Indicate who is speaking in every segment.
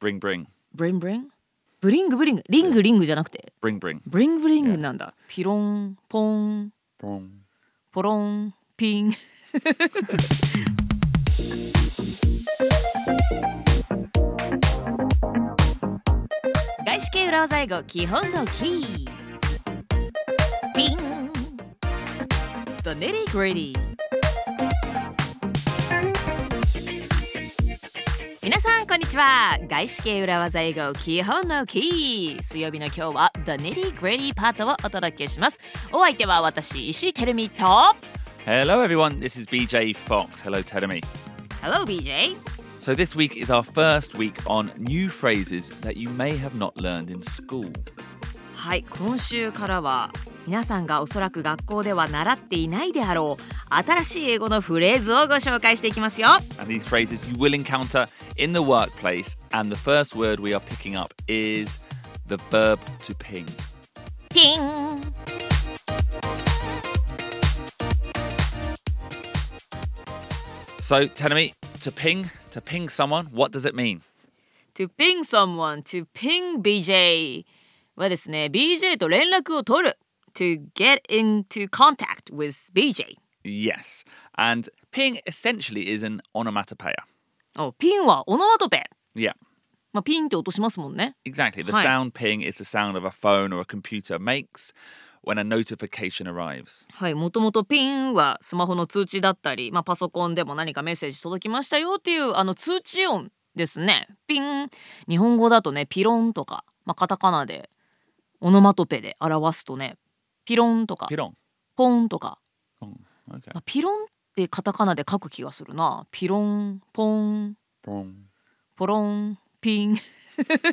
Speaker 1: bring bring
Speaker 2: ブリンブリンブリングブリングリングリングじゃなくて
Speaker 1: bring bring
Speaker 2: ブリングブリン
Speaker 1: Yeah.
Speaker 2: グなんだピロンポン
Speaker 1: Bong.
Speaker 2: ポロンピン 外資系裏技英語基本のキーピン The nitty gritty 皆さんこんにちは外資系裏技英語基本のキー水曜日の今日は The nitty gritty パートをお届けしますお相手は私石井てるみと
Speaker 1: Hello everyone, this is BJ Fox. Hello Tedemi.
Speaker 2: Hello BJ
Speaker 1: So this week is our first week on new phrases that you may have not learned in school.
Speaker 2: はい今週からは皆さんがおそらく学校では習っていないであろう新しい英語のフレーズをご紹介していきますよ
Speaker 1: And these phrases you will encounter in the workplace. And the first word we are picking up is the verb to ping.
Speaker 2: ピン
Speaker 1: So Tedemi, to ping, to ping someone, what does it mean?
Speaker 2: To ping someone to ping BJ はですね BJ と連絡を取る To get into contact with BJ
Speaker 1: Yes. And ping essentially is an onomatopoeia.
Speaker 2: おピンはオノマトペ、
Speaker 1: Yeah.
Speaker 2: まあ、ピンって音しますもんね
Speaker 1: Exactly. The
Speaker 2: Hi.
Speaker 1: sound ping is the sound of a phone or a computer makes when a notification arrives.
Speaker 2: はいもともとピンはスマホの通知だったり、まあ、パソコンでも何かメッセージ届きましたよっていうあの通知音ですねピン日本語だとねピロンとか、まあ、カタカナでオノマトペで表すとねピロンとか
Speaker 1: Pirong.
Speaker 2: ポンとか、
Speaker 1: Oh, okay.
Speaker 2: まあピロンってカタカナで書く気がするなピロンポン
Speaker 1: Pirong.
Speaker 2: ポロンピン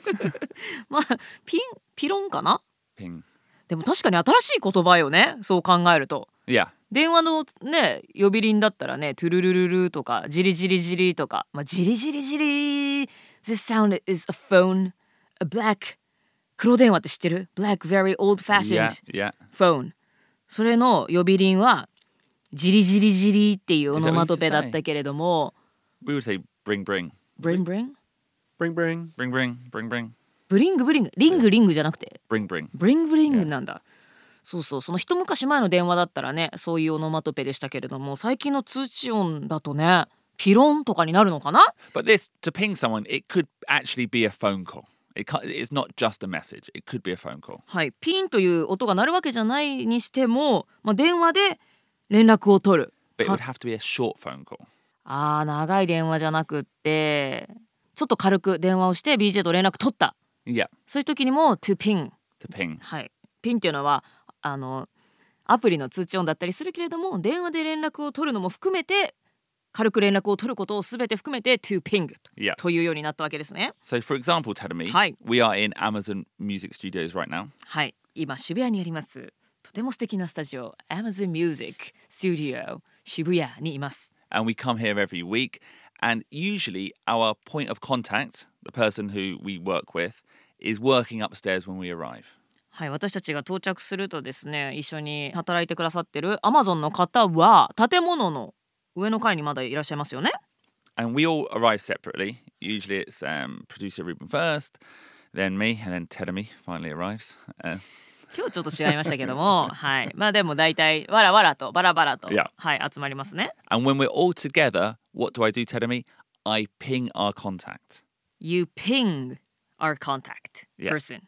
Speaker 2: まあピンピロンかな
Speaker 1: Ping.
Speaker 2: でも確かに新しい言葉よねそう考えると
Speaker 1: Yeah.
Speaker 2: 電話のね呼び鈴だったらね「トゥルルルル」とか「ジリジリジリ」とか「まあ、ジリジリジリ」「This sound is a phone a black」黒電話って知ってる ?black very old
Speaker 1: Yeah.
Speaker 2: fashioned
Speaker 1: Yeah.
Speaker 2: phone それの呼び鈴は「ジリジリジリ」っていうオノマトペだったけれども
Speaker 1: We would say bring, bring.
Speaker 2: 「ブリンブリン」
Speaker 3: Bring, bring.
Speaker 1: Bring, bring, bring, bring.
Speaker 2: 「ブリングブリング」「リングリング」じゃなくて
Speaker 1: Bring, bring.
Speaker 2: ブリングブリングなんだ。そうそうその一昔前の電話だったらねそういうオノマトペでしたけれども最近の通知音だとねピロンとかになるのかな
Speaker 1: But this, to ping someone, it could actually be a phone call. It can't, it's not just a message, it could be a phone call.
Speaker 2: はいピンという音が鳴るわけじゃないにしても、まあ、電話で連絡を取る
Speaker 1: But it
Speaker 2: Huh.
Speaker 1: would have to be a short phone call.
Speaker 2: あー長い電話じゃなくってちょっと軽く電話をして BJ と連絡取った
Speaker 1: Yeah.
Speaker 2: そういう時にも to ピン
Speaker 1: To ping.
Speaker 2: はいピンっていうのはあのアプリの通知音だったりするけれども電話で連絡を取るのも含めて軽く連絡を取ることを全て含めて to ping
Speaker 1: Yeah.
Speaker 2: というようになったわけですね
Speaker 1: So, for example, Tadami,
Speaker 2: Hi.
Speaker 1: we are in Amazon Music Studios right now.
Speaker 2: はい今渋谷にありますとても素敵なスタジオ Amazon Music Studio 渋谷にいます、
Speaker 1: and we come here every week. And usually, our point of contact, the person who we work with, is working upstairs when we arrive.
Speaker 2: はい、私たちが到着するとですね一緒に働いてくださってる Amazon の方は建物の上の階にまだいらっしゃいますよね
Speaker 1: And we all arrive separately. Usually, it's um, producer Ruben first, then me, and then Tedemi finally arrives. Uh,
Speaker 2: 今日ちょっと違いましたけ どもはいまあでも大体わらわらとバラバラと、
Speaker 1: いや
Speaker 2: はい、集まりますね
Speaker 1: and when we're all together, what do I do, Tedemi? I ping our contact.
Speaker 2: You ping our contact
Speaker 1: Yeah.
Speaker 2: person、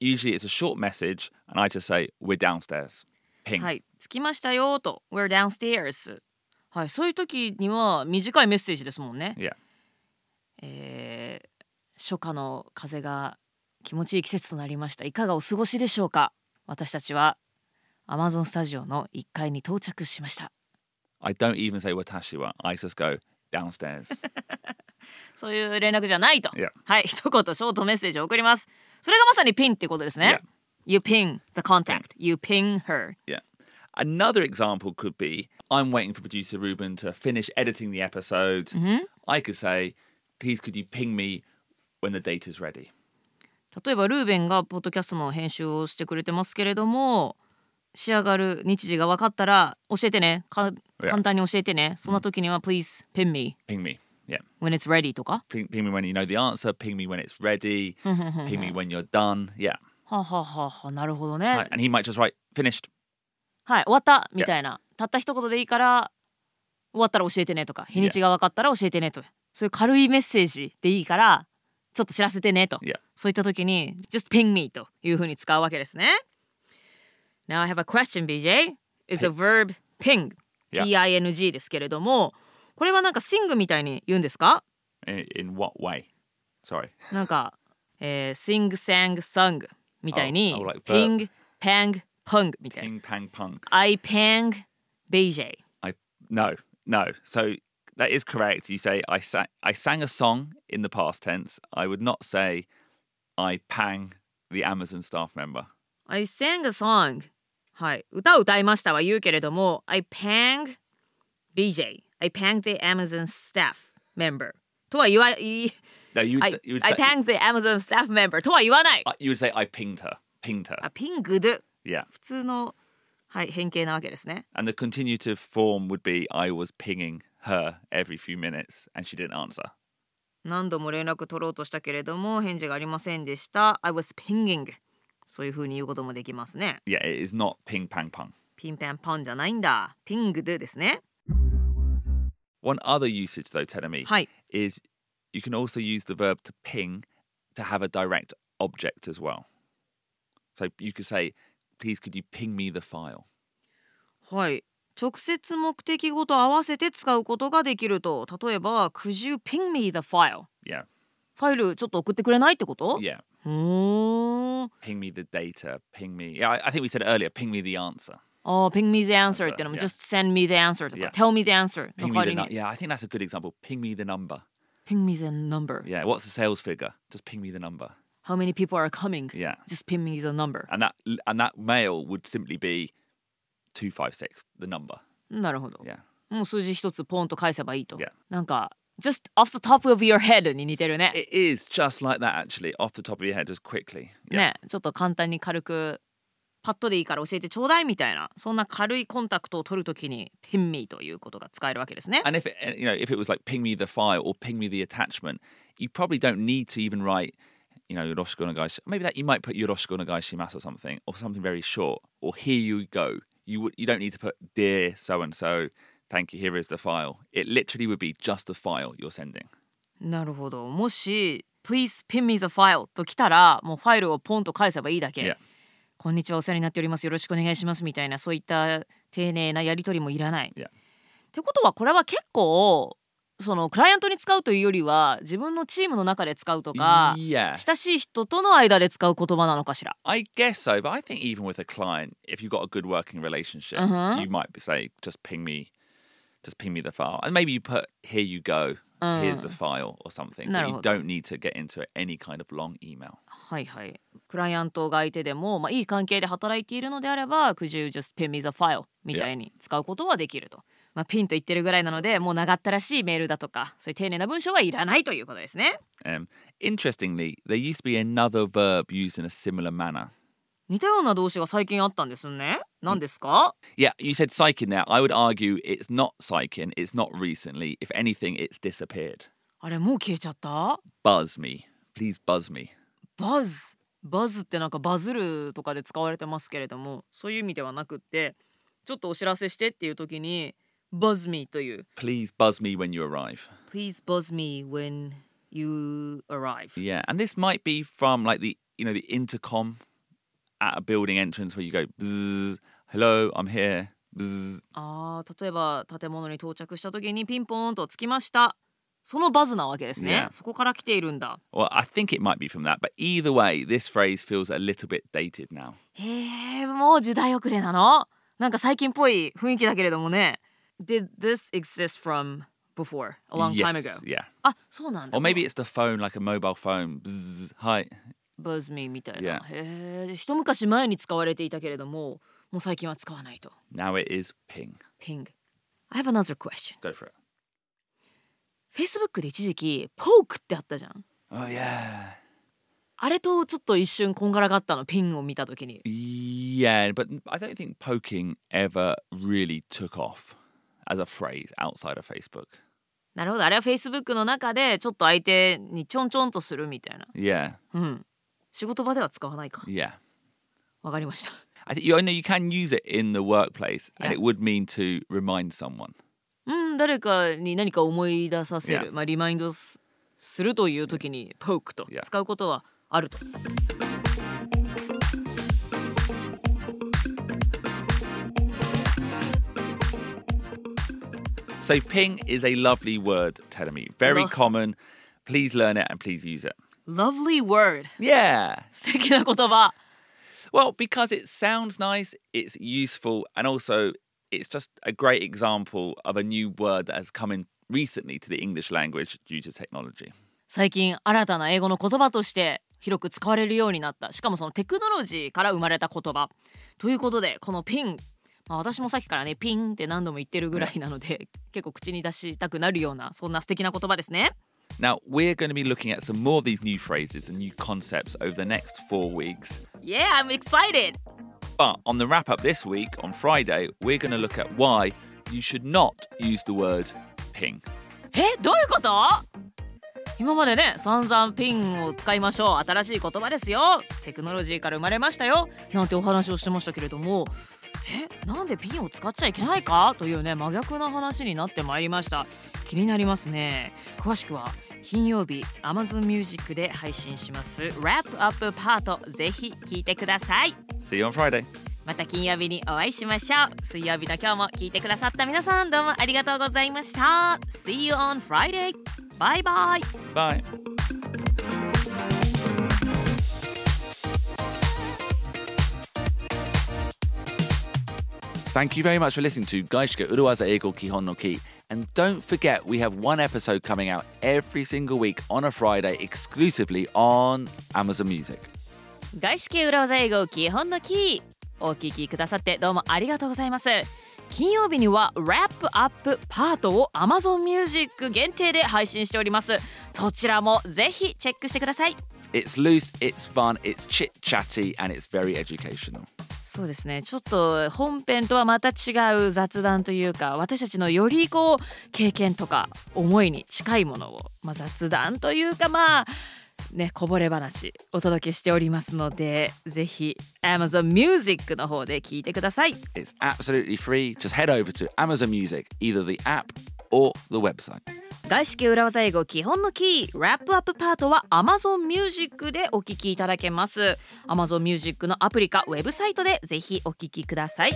Speaker 1: Usually, it's a short message, and I just say, We're downstairs. Ping.
Speaker 2: はい着きましたよと We're downstairs はいそういう時には短いメッセージですもんね
Speaker 1: Yeah.
Speaker 2: えー初夏の風が気持ちいい季節となりましたいかがお過ごしでしょうか私たちは Amazon スタジオの1階に到着しました
Speaker 1: I don't even say Watashi wa. I just go downstairs.
Speaker 2: そういう連絡じゃないと
Speaker 1: Yeah.
Speaker 2: はい一言ショートメッセージを送りますそれがまさにピンってことですね
Speaker 1: Yeah.
Speaker 2: You ping the contact You ping her
Speaker 1: Yeah. Another example could be I'm waiting for producer Ruben to finish editing the episode. I could say, please could you ping me when the data's ready?
Speaker 2: 例えばルーベンがポッドキャストの編集をしてくれてますけれども仕上がる日時が分かったら教えてねか
Speaker 1: Yeah.
Speaker 2: 簡単に教えてねそんな時には Please pin me
Speaker 1: Ping me. Yeah.
Speaker 2: when it's ready とか
Speaker 1: Ping, ping me when you know the answer. Ping me when it's ready. ping me when you're done. Yeah.
Speaker 2: はあはあはあはあなるほどね、
Speaker 1: Right, And he might just write finished.
Speaker 2: はい終わったみたいなたった一言でいいから終わったら教えてねとか日にちが分かったら教えてねとそういう軽いメッセージでいいからちょっと知らせてねと
Speaker 1: Yeah.
Speaker 2: そういった時に just ping me というふうに使うわけですね Now I have a question BJ It's a verb ping
Speaker 1: Yeah.
Speaker 2: P-I-N-G ですけれどもこれはなんか sing みたいに言うんですか
Speaker 1: In, in what way? Sorry.
Speaker 2: なんか、えー、sing, sang, sung みたいに
Speaker 1: Oh, oh, like
Speaker 2: ping, pang, pung みたいな
Speaker 1: Ping, pang, pung.
Speaker 2: I pang BJ
Speaker 1: I no, no. So that is correct. You say I sang I sang a song in the past tense. I would not say I pang the Amazon staff member.
Speaker 2: I sang a song はい歌を歌いましたは言うけれども I pang BJ I pang the Amazon staff member とは言わい
Speaker 1: No, you would
Speaker 2: I,
Speaker 1: say, you would
Speaker 2: I
Speaker 1: say
Speaker 2: pang the Amazon staff member とは言わない
Speaker 1: I- you would say I pinged her. Pinged her.
Speaker 2: あピングド
Speaker 1: Yeah.
Speaker 2: 普通のはい変形なわけですね
Speaker 1: And the continuative form would be I was pinging her every few minutes and she didn't answer.
Speaker 2: 何度も連絡取ろうとしたけれども返事がありませんでした I was pinging そういう風に言うこともできますね
Speaker 1: Yeah, it is not ping pang pung.
Speaker 2: ピンペンパンじゃないんだピングドですね
Speaker 1: One other usage though, Tenami,
Speaker 2: はい
Speaker 1: is you can also use the verb to ping to have a direct object as well. So you could say, please could you ping me the file?
Speaker 2: はい直接目的語と合わせて使うことができると例えば Could you ping me the file?
Speaker 1: Yeah.
Speaker 2: ファイルちょっと送ってくれないってこと、
Speaker 1: Yeah.
Speaker 2: うーん
Speaker 1: Ping me the data. Ping me. Yeah, I, I think we said it earlier. Ping me the answer.
Speaker 2: あー Ping me the answer
Speaker 1: Answer,
Speaker 2: ってのも
Speaker 1: yeah.
Speaker 2: Just send me the answer とか
Speaker 1: Yeah.
Speaker 2: Tell me the answer の
Speaker 1: Ping
Speaker 2: 代
Speaker 1: me
Speaker 2: わ
Speaker 1: the
Speaker 2: りに
Speaker 1: nu- Yeah, I think that's a good example. Ping me the number.
Speaker 2: Ping me the number
Speaker 1: Yeah. What's the sales figure? Just ping me the number.
Speaker 2: How many people are coming
Speaker 1: Yeah.
Speaker 2: Just ping me the number
Speaker 1: And that and that mail would simply be two five six. The number.
Speaker 2: なるほど
Speaker 1: Yeah.
Speaker 2: もう数字一つポンと返せばいいと
Speaker 1: Yeah.
Speaker 2: なんか Just off the top of your head に似てるね
Speaker 1: It is just like that actually. Off the top of your head, just quickly. Yeah.
Speaker 2: ねちょっと簡単に軽くパッとでいいから教えてちょうだいみたいなそんな軽いコンタクトを取るときにピンミーということが使えるわけですね。
Speaker 1: And if it, and, you know, if it was like ping me the file or ping me the attachment, you probably don't need to even write, you know, yoroshiku onegaishimasu. Maybe that you might put yoroshiku onegaishimasu or something, or something very short, or here you go. You would you don't need to put dear so and so. Thank you. Here is the file. It literally would be just the file you're sending.
Speaker 2: なるほどもし「Please pin me the file」と来たらもうファイルをポンと返せばいいだけ。
Speaker 1: Yeah.
Speaker 2: こんにちはお世話になっておりますよろしくお願いしますみたいなそういった丁寧なやり取りもいらない。
Speaker 1: Yeah.
Speaker 2: ってことはこれは結構そのクライアントに使うというよりは自分のチームの中で使うとか
Speaker 1: yeah,
Speaker 2: 親しい人との間で使う言葉なのかしら。
Speaker 1: I guess so. But I think even with a client, if you've got a good working relationship,
Speaker 2: Uh-huh.
Speaker 1: you might say just ping me, just ping me the file, and maybe you put here you go, here's the file or something. But you
Speaker 2: なるほど。
Speaker 1: don't need to get into any kind of long email.
Speaker 2: はいはい。クライアントが相手でも、まあ、いい関係で働いているのであれば、Could you just pin me the file? みたいに使うことはできると。まあ、ピンと言ってるぐらいなので、もう長ったらしいメールだとか、そういう丁寧な文章はいらないということですね。
Speaker 1: Um, interestingly, there used to be another verb used in a similar manner.
Speaker 2: 似たような動詞が最近あったんですね。何ですか、
Speaker 1: Yeah, you said psyching there. I would argue it's not psyching. It's not recently. If anything, it's disappeared.
Speaker 2: あれ、もう消えちゃった
Speaker 1: Buzz me, please. Buzz me.
Speaker 2: バズ。バズってなんかバズるとかで使われてますけれども、そういう意味ではなくって、ちょっとお知らせしてっていう時に、バズミという、
Speaker 1: Please buzz me when you arrive.
Speaker 2: Please buzz me when you arrive.
Speaker 1: Yeah, and this might be from like the you know the intercom at a building entrance where you go, Bzzz, "Hello, I'm here." Bzzz.
Speaker 2: ああ例えば建物に到着した時にピンポーンとつきましたそのバズなわけですね、
Speaker 1: Yeah.
Speaker 2: そこから来ているんだ
Speaker 1: Well, I think it might be from that, but either way, this phrase feels a little bit dated now.
Speaker 2: へえもう時代遅れなのなんか最近っぽい雰囲気だけれどもね Did this exist from before a long time
Speaker 1: Yes,
Speaker 2: ago?
Speaker 1: Yeah,
Speaker 2: あそうなんだ
Speaker 1: or maybe it's the phone, like a mobile phone. Bzzz, hi.
Speaker 2: Buzz me みたいな、へえ一昔前に使われていたけれどももう最近は使わないと
Speaker 1: Now it is ping.
Speaker 2: Ping I have another question
Speaker 1: Go for it.
Speaker 2: Facebook で一時期ポークってあったじゃん
Speaker 1: Oh yeah,
Speaker 2: あれとちょっと一瞬こんがらがったのピンを見た時に
Speaker 1: yeah. But I don't think poking ever really took off as a phrase outside of Facebook.
Speaker 2: なるほどあれは Facebook の中でちょっと相手にちょんちょんとするみたいな
Speaker 1: Yeah,
Speaker 2: うん仕事場では使わないか
Speaker 1: yeah.
Speaker 2: わかりました
Speaker 1: I think you I know you can use it in the workplace, and
Speaker 2: Yeah.
Speaker 1: it would mean to remind someone.
Speaker 2: うん誰かに何か思い出させる、
Speaker 1: Yeah.
Speaker 2: まあ、リマインドすするという時にポークと
Speaker 1: Yeah.
Speaker 2: 使うことはあると、
Speaker 1: So ping is a lovely word, Telemi. Very
Speaker 2: Lo-
Speaker 1: common. Please learn it and please use it.
Speaker 2: lovely word
Speaker 1: Yeah.
Speaker 2: 素敵な言葉
Speaker 1: Well, because it sounds nice, it's useful, and also it's just a great example of a new word that has come in recently to the English language due to technology.
Speaker 2: 最近新たな英語の言葉として広く使われるようになったしかもそのテクノロジーから生まれた言葉ということでこのピン、まあ、私もさっきからねピンって何度も言ってるぐらいなので結構口に出したくなるようなそんな素敵な言葉ですね
Speaker 1: Now, we're going to be looking at some more of these new phrases and new concepts over the next four weeks.
Speaker 2: Yeah I'm excited
Speaker 1: But on the wrap up this week, on Friday, we're going to look at why you should not use the word ping.
Speaker 2: えどういうこと今までね散々ピンを使いましょう新しい言葉ですよテクノロジーから生まれましたよなんてお話をしてましたけれどもえなんでピンを使っちゃいけないかというね真逆な話になってまいりました気になりますね詳しくは金曜日 Amazon Music で配信します「ラップアップパート」ぜひ聞いてください
Speaker 1: See you on Friday.
Speaker 2: また金曜日にお会いしましょう水曜日の今日も聞いてくださった皆さんどうもありがとうございました See you on Friday! バイバイ
Speaker 1: Bye. Thank you very much for listening to Gaishika Uruwaza Ego Kihon no Ki. And don't forget, we have one episode coming out every single week on a Friday exclusively on Amazon Music.
Speaker 2: 外資系裏技英語基本のキーお聞きくださってどうもありがとうございます金曜日にはラップアップパートを Amazon Music 限定で配信しておりますそちらもぜひチェックしてください
Speaker 1: It's loose, it's fun, it's chit chatty, and it's very educational.
Speaker 2: そうですねちょっと本編とはまた違う雑談というか私たちのよりこう経験とか思いに近いものを、まあ、雑談というかまあねこぼれ話お届けしておりますのでぜひ Amazon Music の方で聞いてください
Speaker 1: It's absolutely free. Just head over to Amazon Music, either the app or the website.
Speaker 2: 外資系裏技英語基本のキーラップアップパートは Amazon Music でお聞きいただけます Amazon Music のアプリかウェブサイトでぜひお聞きください